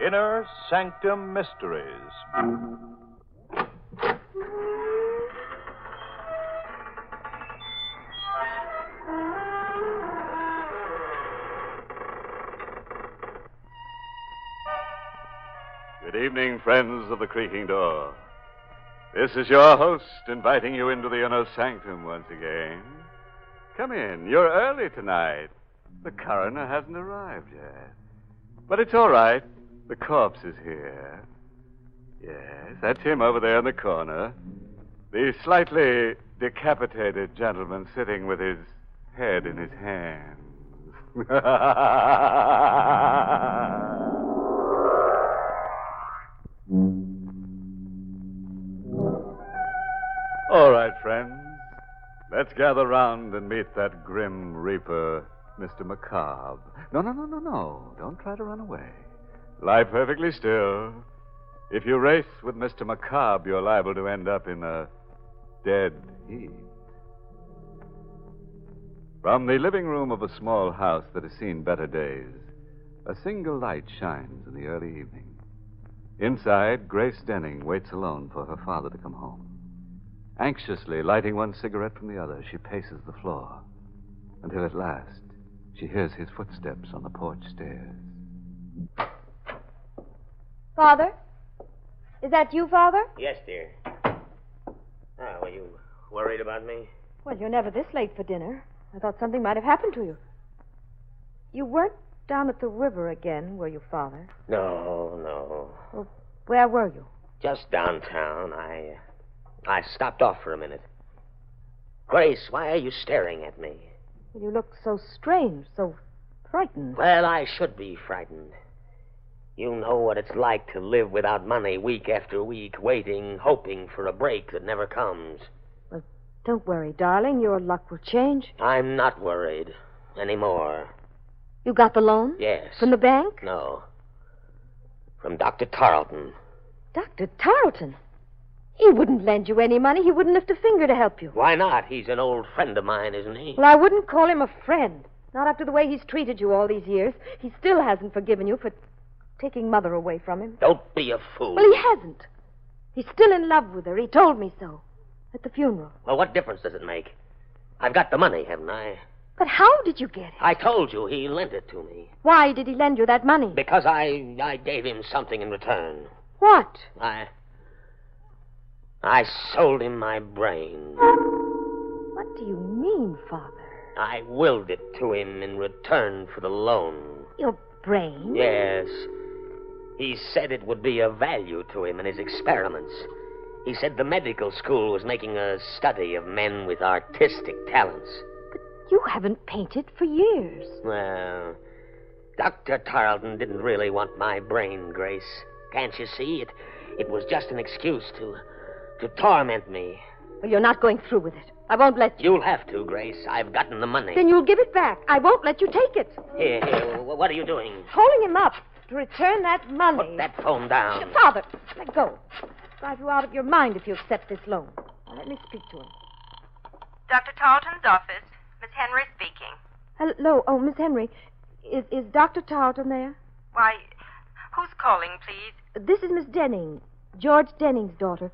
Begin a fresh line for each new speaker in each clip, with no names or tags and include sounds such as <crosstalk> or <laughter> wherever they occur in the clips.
Inner Sanctum Mysteries. Good evening, friends of the Creaking Door. This is your host inviting you into the inner sanctum once again. Come in. You're early tonight. The coroner hasn't arrived yet. But it's all right. The corpse is here. Yes, that's him over there in the corner. The slightly decapitated gentleman sitting with his head in his hands. <laughs> All right, friends. Let's gather round and meet that grim reaper, Mr. Macabre. No, no, no, no, no. Don't try to run away. Lie perfectly still. If you race with Mr. Macabre, you're liable to end up in a dead heap. From the living room of a small house that has seen better days, a single light shines in the early evening. Inside, Grace Denning waits alone for her father to come home. Anxiously lighting one cigarette from the other, she paces the floor until at last she hears his footsteps on the porch stairs.
Father? Is that you, Father?
Yes, dear. Ah, were you worried about me?
Well, you're never this late for dinner. I thought something might have happened to you. You weren't down at the river again, were you, Father?
No, no.
Where were you?
Just downtown. I, uh, I stopped off for a minute. Grace, why are you staring at me?
Well, you looked so strange, so frightened.
Well, I should be frightened. You know what it's like to live without money week after week, waiting, hoping for a break that never comes.
Don't worry, darling. Your luck will change.
I'm not worried anymore.
You got the loan?
Yes.
From the bank?
No. From Dr. Tarleton.
Dr. Tarleton. He wouldn't lend you any money. He wouldn't lift a finger to help you.
Why not? He's an old friend of mine, isn't he?
Well, I wouldn't call him a friend. Not after the way he's treated you all these years. He still hasn't forgiven you for taking Mother away from him.
Don't be a fool.
Well, he hasn't. He's still in love with her. He told me so at the funeral.
Well, what difference does it make? I've got the money, haven't I?
But how did you get it?
I told you he lent it to me
Why did he lend you that money?
because I I gave him something in return.
What?
I I sold him my brain.
What do you mean, Father?
I willed it to him in return for the loan.
Your brain?
Yes. He said it would be of value to him in his experiments. He said the medical school was making a study of men with artistic talents.
You haven't painted for years.
Well, Dr. Tarleton didn't really want my brain, Grace. Can't you see? It, it was just an excuse to, to torment me.
Well, you're not going through with it. I won't let you.
You'll have to, Grace. I've gotten the money.
Then you'll give it back. I won't let you take it.
Here, here. wh- What are you doing?
Holding him up to return that money.
Put that phone down.
Father, let go. Drive you out of your mind if you accept this loan. Now, let me speak to him.
Dr. Tarleton's office. Miss Henry speaking.
Hello. Oh, Miss Henry, is is Doctor Tarleton there?
Why, who's calling, please?
This is Miss Denning, George Denning's daughter.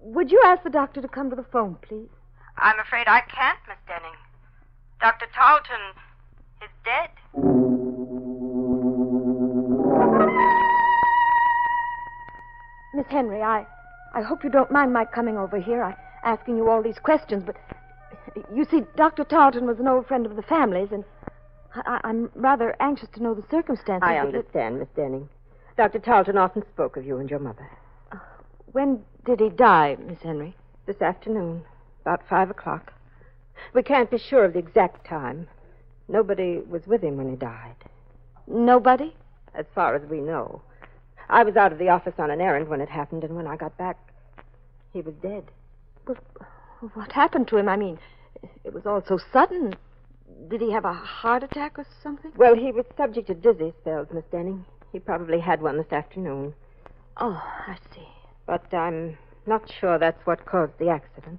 Would you ask the doctor to come to the phone, please?
I'm afraid I can't, Miss Denning. Dr. Tarleton is dead.
Miss Henry, I, I hope you don't mind my coming over here. I asking you all these questions, but you see, Doctor Tarleton was an old friend of the family's, and I, I- I'm rather anxious to know the circumstances.
I
of it.
understand, Miss Denning. Dr. Tarleton often spoke of you and your mother.
Uh, When did he die, Miss Henry?
This afternoon, about five o'clock. We can't be sure of the exact time. Nobody was with him when he died,
Nobody.
as far as we know. I was out of the office on an errand when it happened, and when I got back, he was dead.
What happened to him? I mean, it was all so sudden. Did he have a heart attack or something?
Well, he was subject to dizzy spells, Miss Denning. He probably had one this afternoon,
Oh, I see.
but I'm not sure that's what caused the accident.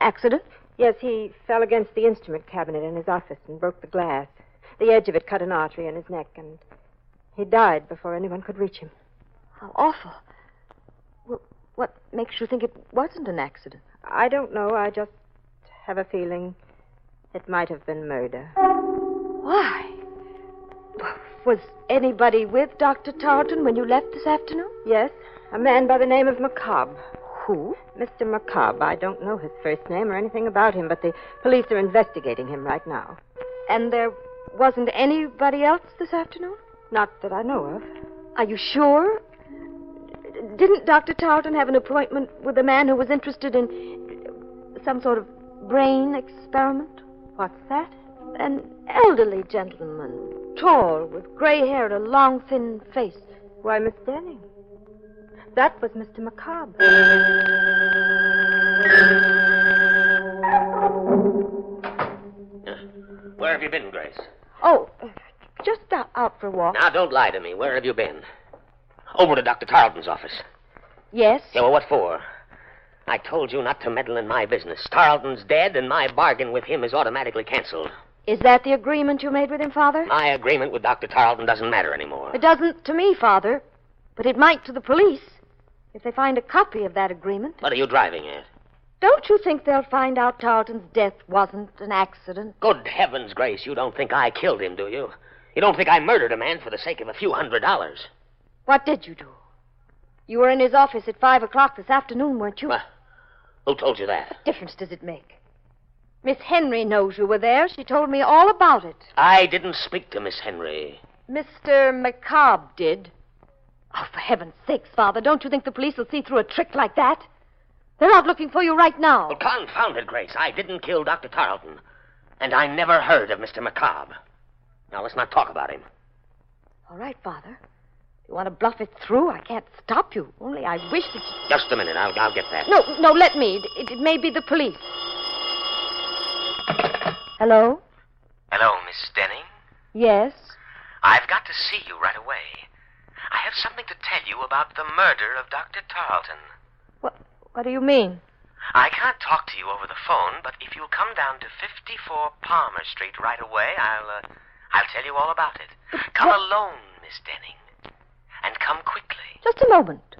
Accident?
Yes, he fell against the instrument cabinet in his office and broke the glass. The edge of it cut an artery in his neck, and He died before anyone could reach him.
How awful. Well, what makes you think it wasn't an accident?
I don't know. I just have a feeling it might have been murder.
Why? Was anybody with Dr. Tarleton when you left this afternoon?
Yes, a man by the name of McCobb.
Who?
Mr. McCobb. I don't know his first name or anything about him, but the police are investigating him right now.
And there wasn't anybody else this afternoon?
Not that I know of.
Are you sure? D- Didn't Dr. Tarleton have an appointment with a man who was interested in uh, some sort of brain experiment?
What's that?
An elderly gentleman, tall, with gray hair and a long, thin face.
Why, Miss Denning. That was Mr. McCobb.
Uh, Where have you been, Grace?
Oh, uh, just out, out for a walk.
Now, don't lie to me. Where have you been? Over to Dr. Tarleton's office.
Yes?
Yeah, well, what for? I told you not to meddle in my business. Tarleton's dead, and my bargain with him is automatically canceled.
Is that the agreement you made with him, Father?
My agreement with Dr. Tarleton doesn't matter anymore.
It doesn't to me, Father, but it might to the police if they find a copy of that agreement.
What are you driving at?
Don't you think they'll find out Tarleton's death wasn't an accident?
Good heavens, Grace, you don't think I killed him, do you? You don't think I murdered a man for the sake of a few hundred dollars?
What did you do? You were in his office at five o'clock this afternoon, weren't you?
Well, who told you that?
What difference does it make? Miss Henry knows you were there. She told me all about it.
I didn't speak to Miss Henry.
Mr. McCobb did. Oh, for heaven's sakes, Father, don't you think the police will see through a trick like that? They're out looking for you right now.
Well, confound it, Grace. I didn't kill Dr. Tarleton. And I never heard of Mr. McCobb. Now, let's not talk about him.
All right, Father. If you want to bluff it through, I can't stop you. Only I wish that you...
Just a minute. I'll, I'll get that.
No, no, let me. It, it may be the police. Hello?
Hello, Miss Denning.
Yes?
I've got to see you right away. I have something to tell you about the murder of Dr. Tarleton.
What, what do you mean?
I can't talk to you over the phone, but if you'll come down to 54 Palmer Street right away, I'll uh, I'll tell you all about it. Come alone, Miss Denning. And come quickly.
Just a moment.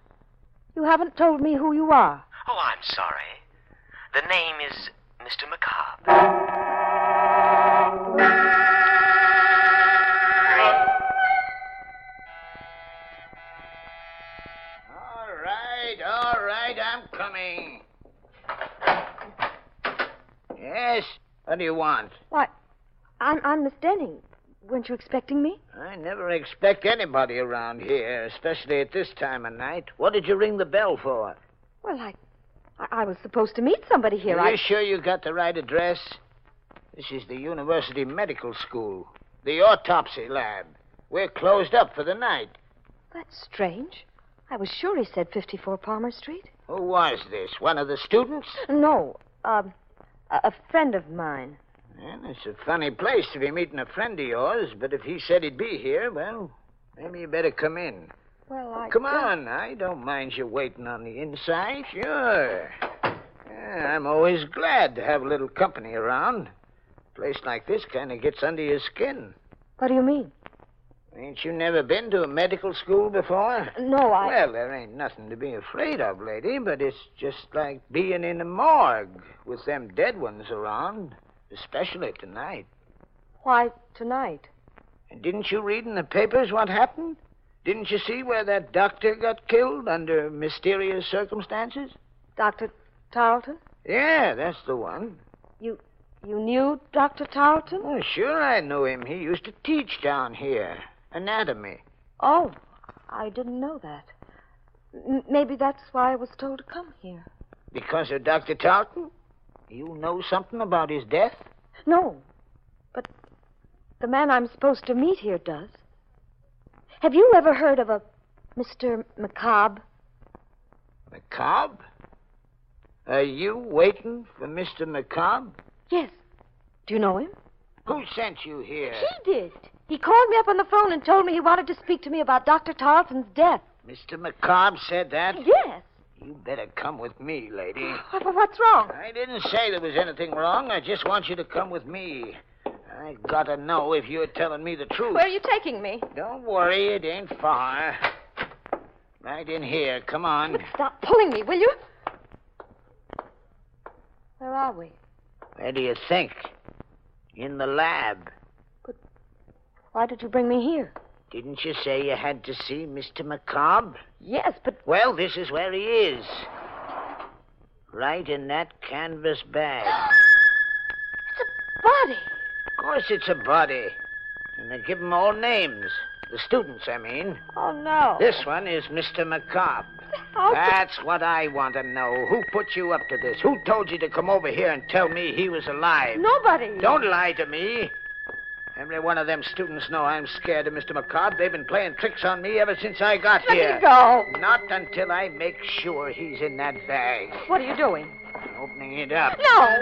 You haven't told me who you are.
Oh, I'm sorry. The name is Mr. McCobb.
All right, all right, I'm coming. Yes, what do you want?
Why, I'm, I'm Miss Denning. Weren't you expecting me?
I never expect anybody around here, especially at this time of night. What did you ring the bell for?
Well, I, I, I was supposed to meet somebody here.
Are
I
you sure you got the right address? This is the University Medical School, the autopsy lab. We're closed up for the night.
That's strange. I was sure he said 54 Palmer Street.
Who was this? One of the students?
No, um, a, a friend of mine.
Well, it's a funny place to be meeting a friend of yours, but if he said he'd be here, well, maybe you better come in.
Well, I.
Come
don't-
on, I don't mind you waiting on the inside. Sure. Yeah, I'm always glad to have a little company around. place like this kind of gets under your skin.
What do you mean?
Ain't you never been to a medical school before?
No, I.
Well, there ain't nothing to be afraid of, lady, but it's just like being in a morgue with them dead ones around, especially tonight.
Why tonight?
And didn't you read in the papers what happened? Didn't you see where that doctor got killed under mysterious circumstances?
Dr. Tarleton?
Yeah, that's the one.
You knew Dr. Tarleton?
Oh, sure, I knew him. He used to teach down here anatomy.
Oh, I didn't know that. M- maybe that's why I was told to come here.
Because of Dr. Tarleton? You know something about his death?
No, but the man I'm supposed to meet here does. Have you ever heard of a Mr. McCobb?
McCobb? Are you waiting for Mr. McCobb?
Yes. Do you know him?
Who sent you here?
He did. He called me up on the phone and told me he wanted to speak to me about Dr. Tarleton's death.
Mr. McCobb said that?
Yes.
You better come with me, lady.
Why, What's wrong?
I didn't say there was anything wrong. I just want you to come with me. I gotta know if you're telling me the truth.
Where are you taking me?
Don't worry, it ain't far. Right in here. Come on.
Stop pulling me, will you? Where are we?
Where do you think? In the lab.
Why did you bring me here?
Didn't you say you had to see Mr. McCobb?
Yes, but
Well, this is where he is. Right in that canvas bag.
it's a body.
Of course it's a body. And they give 'em all names. The students, I mean.
Oh, no. Oh,
This one is Mr. McCobb.
How could-
That's what I want to know. Who put you up to this? Who told you to come over here and tell me he was alive?
Nobody.
Don't lie to me. Every one of them students know I'm scared of Mr. McCobb. They've been playing tricks on me ever since I got
Let
here.
me go.
Not until I make sure he's in that bag.
What are you doing?
I'm opening it up.
No.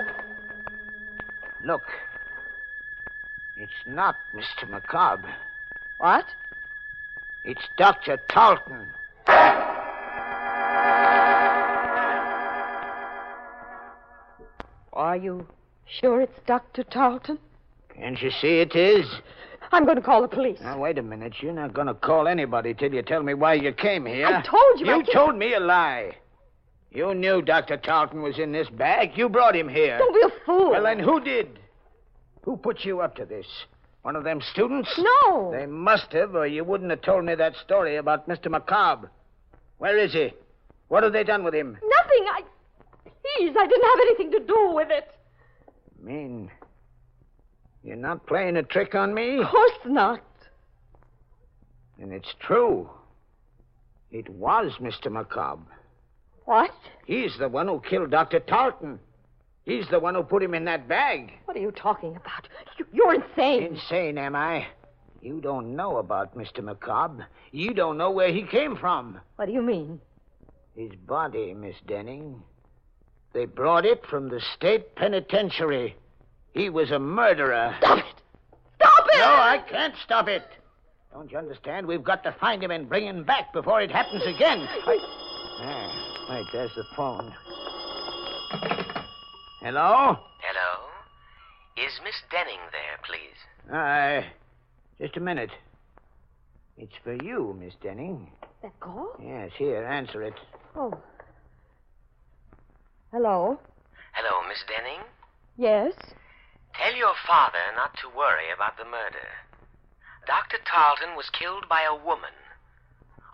Look. It's not Mr. McCobb.
What?
It's Dr. Tarleton.
Are you sure it's Dr. Tarleton?
Can't you see it is?
I'm going to call the police.
Now, wait a minute. You're not going to call anybody till you tell me why you came here.
I told you I
You
can't-
told me a lie. You knew Dr. Tarleton was in this bag. You brought him here.
Don't be a fool.
Well, then who did? Who put you up to this? One of them students?
No.
They must have, or you wouldn't have told me that story about Mr. McCobb. Where is he? What have they done with him?
Nothing. I. Please, I didn't have anything to do with it.
I mean, you're not playing a trick on me?
Of course not.
And it's true. It was Mr. McCobb.
What?
He's the one who killed Dr. Tarleton. He's the one who put him in that bag.
What are you talking about? You, you're insane.
Insane, am I? You don't know about Mr. McCobb. You don't know where he came from.
What do you mean?
His body, Miss Denning. They brought it from the state penitentiary. He was a murderer.
Stop it. Stop it.
No, I can't stop it. Don't you understand? We've got to find him and bring him back before it happens again. I... Ah, wait, there's the phone. Hello?
Hello? Is Miss Denning there, please?
Uh, just a minute. It's for you, Miss Denning.
That call?
Yes, here, answer it.
Oh. Hello?
Hello, Miss Denning.
Yes?
Tell your father not to worry about the murder. Dr. Tarleton was killed by a woman.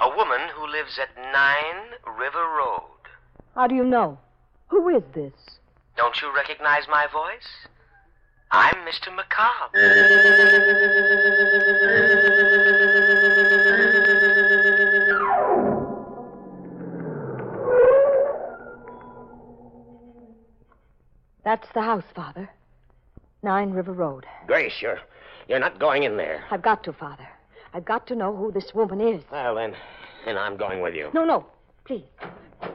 A woman who lives at 9 River Road.
How do you know? Who is this?
Don't you recognize my voice? I'm Mr. McCobb.
Uh,
That's the house, Father. Nine River Road.
Grace, you're, you're not going in there.
I've got to, Father. I've got to know who this woman is.
Well, then, then I'm going with you.
No, no. Please.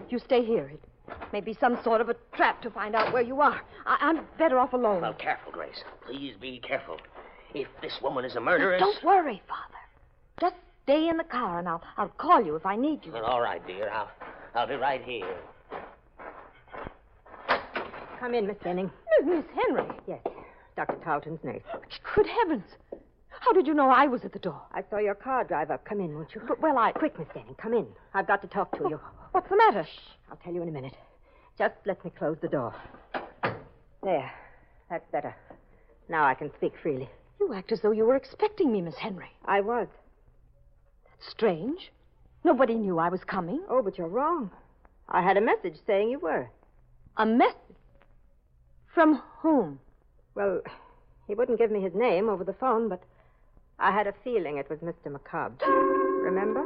You stay here. It may be some sort of a trap to find out where you are. I- I'm better off alone.
Well, careful, Grace. Please be careful. If this woman is a murderess.
Don't worry, Father. Just stay in the car, and I'll, I'll call you if I need you.
Well, all right, dear. I'll, I'll be right here.
Come in, Miss Denning.
Miss Henry. Oh,
Yes, Dr. Tarleton's nurse.
Good heavens. How did you know I was at the door?
I saw your car drive up. Come in, won't you?
But, well, I.
Quick, Miss Denning, come in. I've got to talk to you.
What's the matter?
I'll tell you in a minute. Just let me close the door. There. That's better. Now I can speak freely.
You act as though you were expecting me, Miss Henry.
I was.
Strange. Nobody knew I was coming.
Oh, but you're wrong. I had a message saying you were.
A message. From whom?
Well, he wouldn't give me his name over the phone, but I had a feeling it was Mr. McCobb. Remember?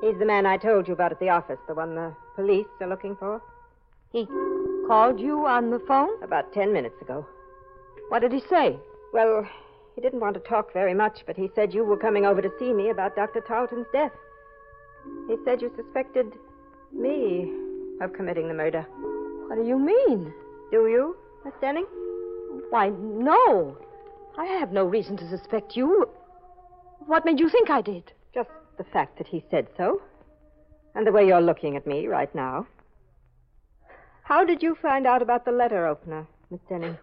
He's the man I told you about at the office, the one the police are looking for.
He called you on the phone?
About ten minutes ago.
What did he say?
Well, he didn't want to talk very much, but he said you were coming over to see me about Dr. Tarleton's death. He said you suspected me of committing the murder.
What do you mean?
Do you, Miss Denning?
Why, no. I have no reason to suspect you. What made you think I did?
Just the fact that he said so. And the way you're looking at me right now. How did you find out about the letter opener, Miss Denning?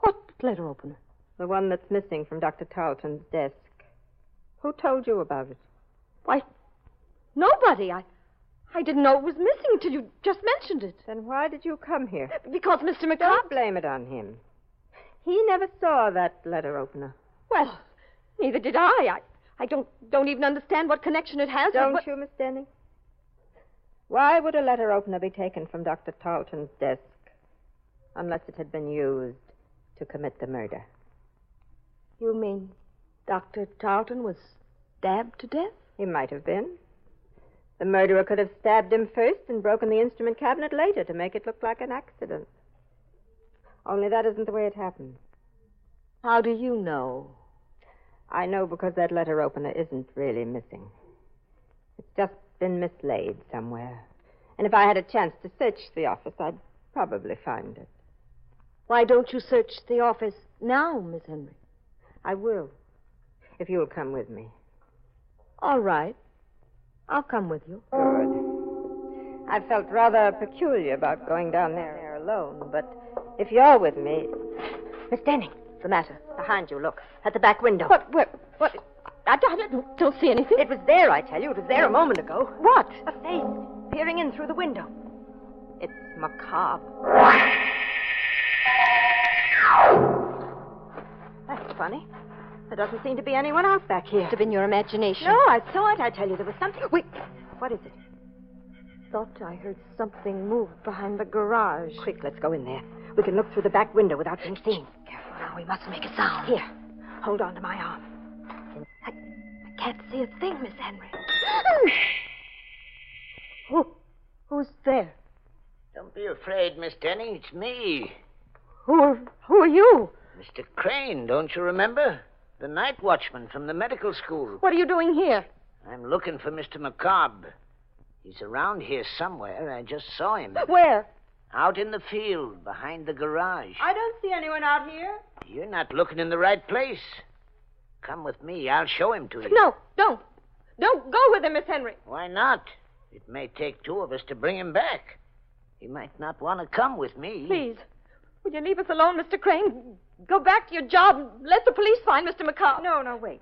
What letter opener?
The one that's missing from Dr. Tarleton's desk. Who told you about it?
Why, nobody. I, I didn't know it was missing until you just mentioned it.
Then why did you come here?
Because Mr.
Don't
McCobb.
blame it on him. He never saw that letter opener.
Well, neither did I. I, I don't, don't even understand what connection it has. with
Don't
what-
you, Miss Denning? Why would a letter opener be taken from Dr. Tarleton's desk unless it had been used to commit the murder?
You mean Dr. Tarleton was stabbed to death?
He might have been. The murderer could have stabbed him first and broken the instrument cabinet later to make it look like an accident. Only that isn't the way it happened.
How do you know?
I know because that letter opener isn't really missing. It's just been mislaid somewhere. And if I had a chance to search the office, I'd probably find it.
Why don't you search the office now, Miss Henry?
I will, if you'll come with me.
All right. I'll come with you.
Good. I felt rather peculiar about going down there alone, but if you're with me. Miss Denning,
What's the matter?
behind you, look, at the back window.
What? What? what? I, I don't, don't see anything.
It was there, I tell you. It was there a moment ago.
What?
A face peering in through the window. It's macabre. That's funny. There doesn't seem to be anyone out back here.
Must have been your imagination.
No, I saw it, I tell you. There was something. Wait. What is it?
thought I heard something move behind the garage.
Quick, let's go in there. We can look through the back window without being seen.
Careful now, we must make a sound.
Here, hold on to my arm.
I, I can't see a thing, Miss Henry. Who? Who's there?
Don't be afraid, Miss Denning. It's me,
Who are, who are you?
Mr. Crane. Don't you remember? The night watchman from the medical school.
What are you doing here?
I'm looking for Mr. McCobb. He's around here somewhere. I just saw him.
Where?
Out in the field, behind the garage.
I don't see anyone out here.
You're not looking in the right place. Come with me. I'll show him to you.
No, don't. Don't go with him, Miss Henry.
Why not? It may take two of us to bring him back. He might not want to come with me.
Please. Will you leave us alone, Mr. Crane? Go back to your job and let the police find Mr. McCobb.
No, no, wait.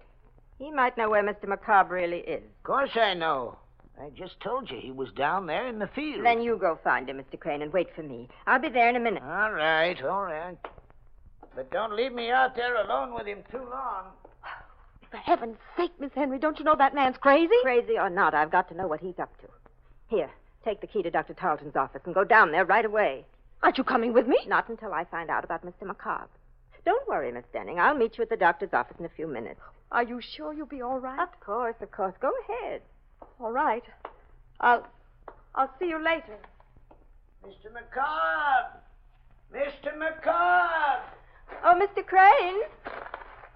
He might know where Mr. McCobb really is.
Of course I know. I just told you he was down there in the field.
Then you go find him, Mr. Crane, and wait for me. I'll be there in a minute.
All right, all right. But don't leave me out there alone with him too long.
For heaven's sake, Miss Henry, don't you know that man's crazy?
Crazy or not, I've got to know what he's up to. Here, take the key to Dr. Tarleton's office and go down there right away.
Aren't you coming with me?
Not until I find out about Mr. McCobb. Don't worry, Miss Denning. I'll meet you at the doctor's office in a few minutes.
Are you sure you'll be all right?
Of course, of course. Go ahead.
all right. I'll I'll see you later.
Mr. McCobb! Mr. McCobb!
Oh, Mr. Crane,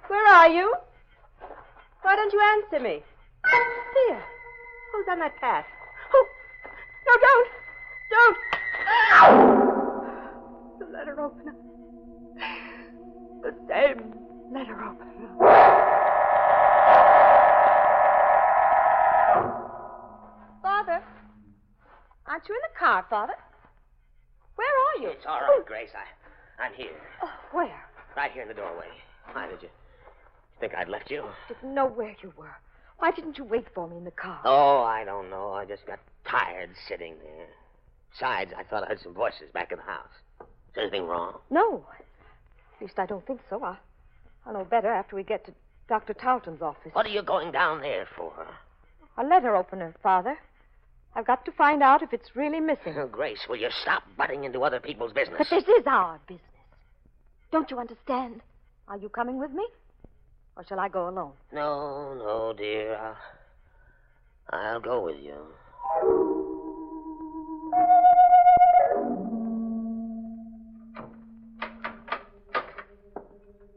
where are you? Why don't you answer me? Dear, who's on that path? Oh, no, don't, don't. The letter opener. The same letter opener.
Father. Aren't you in the car, Father? Where are you?
It's all right, Grace. I, I'm here.
Oh, where?
Right here in the doorway. Why did you think I'd left you?
Didn't know where you were. Why didn't you wait for me in the car?
Oh, I don't know. I just got tired sitting there. Besides, I thought I heard some voices back in the house. Is anything wrong?
No. At least I don't think so. I, I'll know better after we get to Dr. Tarleton's office.
What are you going down there for?
A letter opener, Father. I've got to find out if it's really missing.
<laughs>
Oh, Grace, will you stop butting into other people's business?
But this is our business. Don't you understand? Are you coming with me? Or shall I go alone?
No, no, dear. I'll, I'll go with you.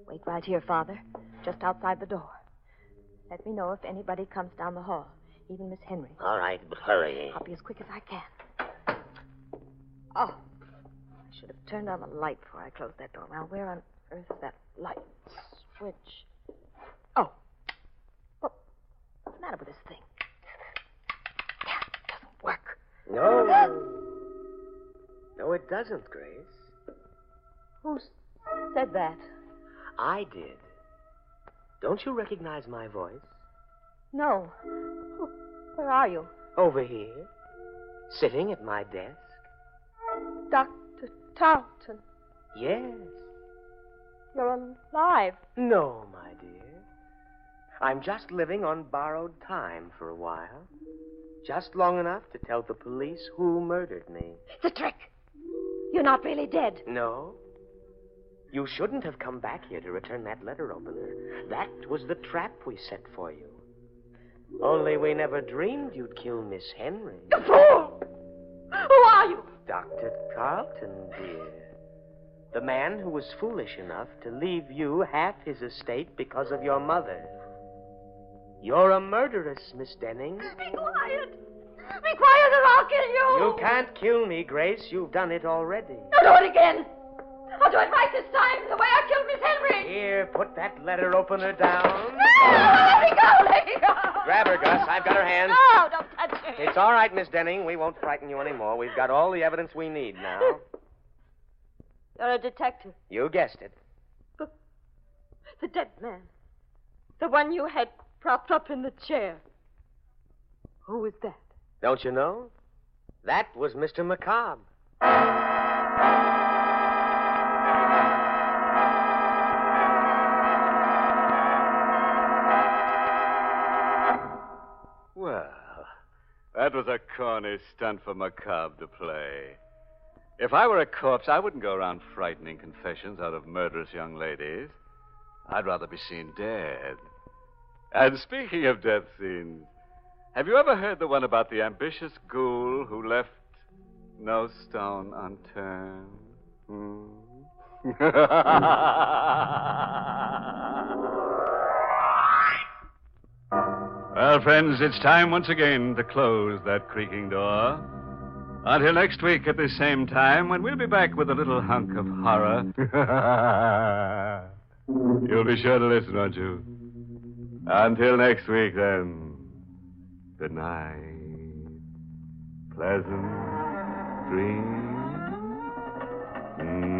Wait right here, Father, just outside the door. Let me know if anybody comes down the hall, even Miss Henry.
All right, but hurry.
I'll be as quick as I can. Oh, I should have turned on the light before I closed that door. Now, where on earth is that light switch? Oh. Well, what's the matter with this thing? Yeah, it doesn't work.
No. No, it doesn't, Grace.
Who s- said that?
I did. Don't you recognize my voice?
No. Who- Where are you?
Over here, sitting at my desk.
Dr. Tarleton,
Yes.
you're alive.
No, my dear. I'm just living on borrowed time for a while. Just long enough to tell the police who murdered me.
It's a trick. You're not really dead.
No. You shouldn't have come back here to return that letter opener. That was the trap we set for you. Only we never dreamed you'd kill Miss Henry.
You fool! Who are you?
Dr. Carlton, dear. The man who was foolish enough to leave you half his estate because of your mother. You're a murderess, Miss Denning.
Be quiet. Be quiet or I'll kill you.
You can't kill me, Grace. You've done it already.
No, do it again. I'll do it right this time, the way I killed Miss Henry.
Here, put that letter opener down.
Let me go, let me go.
Grab her, Gus. I've got her hand.
No, don't touch me.
It's all right, Miss Denning. We won't frighten you anymore. We've got all the evidence we need now.
You're a detective.
You guessed it.
The dead man. The one you had propped up in the chair. Who was that?
Don't you know? That was Mr. McCobb.
Well, that was a corny stunt for Macabre to play. If I were a corpse, I wouldn't go around frightening confessions out of murderous young ladies. I'd rather be seen dead. And speaking of death scenes, have you ever heard the one about the ambitious ghoul who left no stone unturned? <laughs> Hmm? Well, friends, it's time once again to close that creaking door. Until next week at the same time, when we'll be back with a little hunk of horror. You'll be sure to listen, won't you? Until next week, then. Good night. Pleasant dreams. Mm.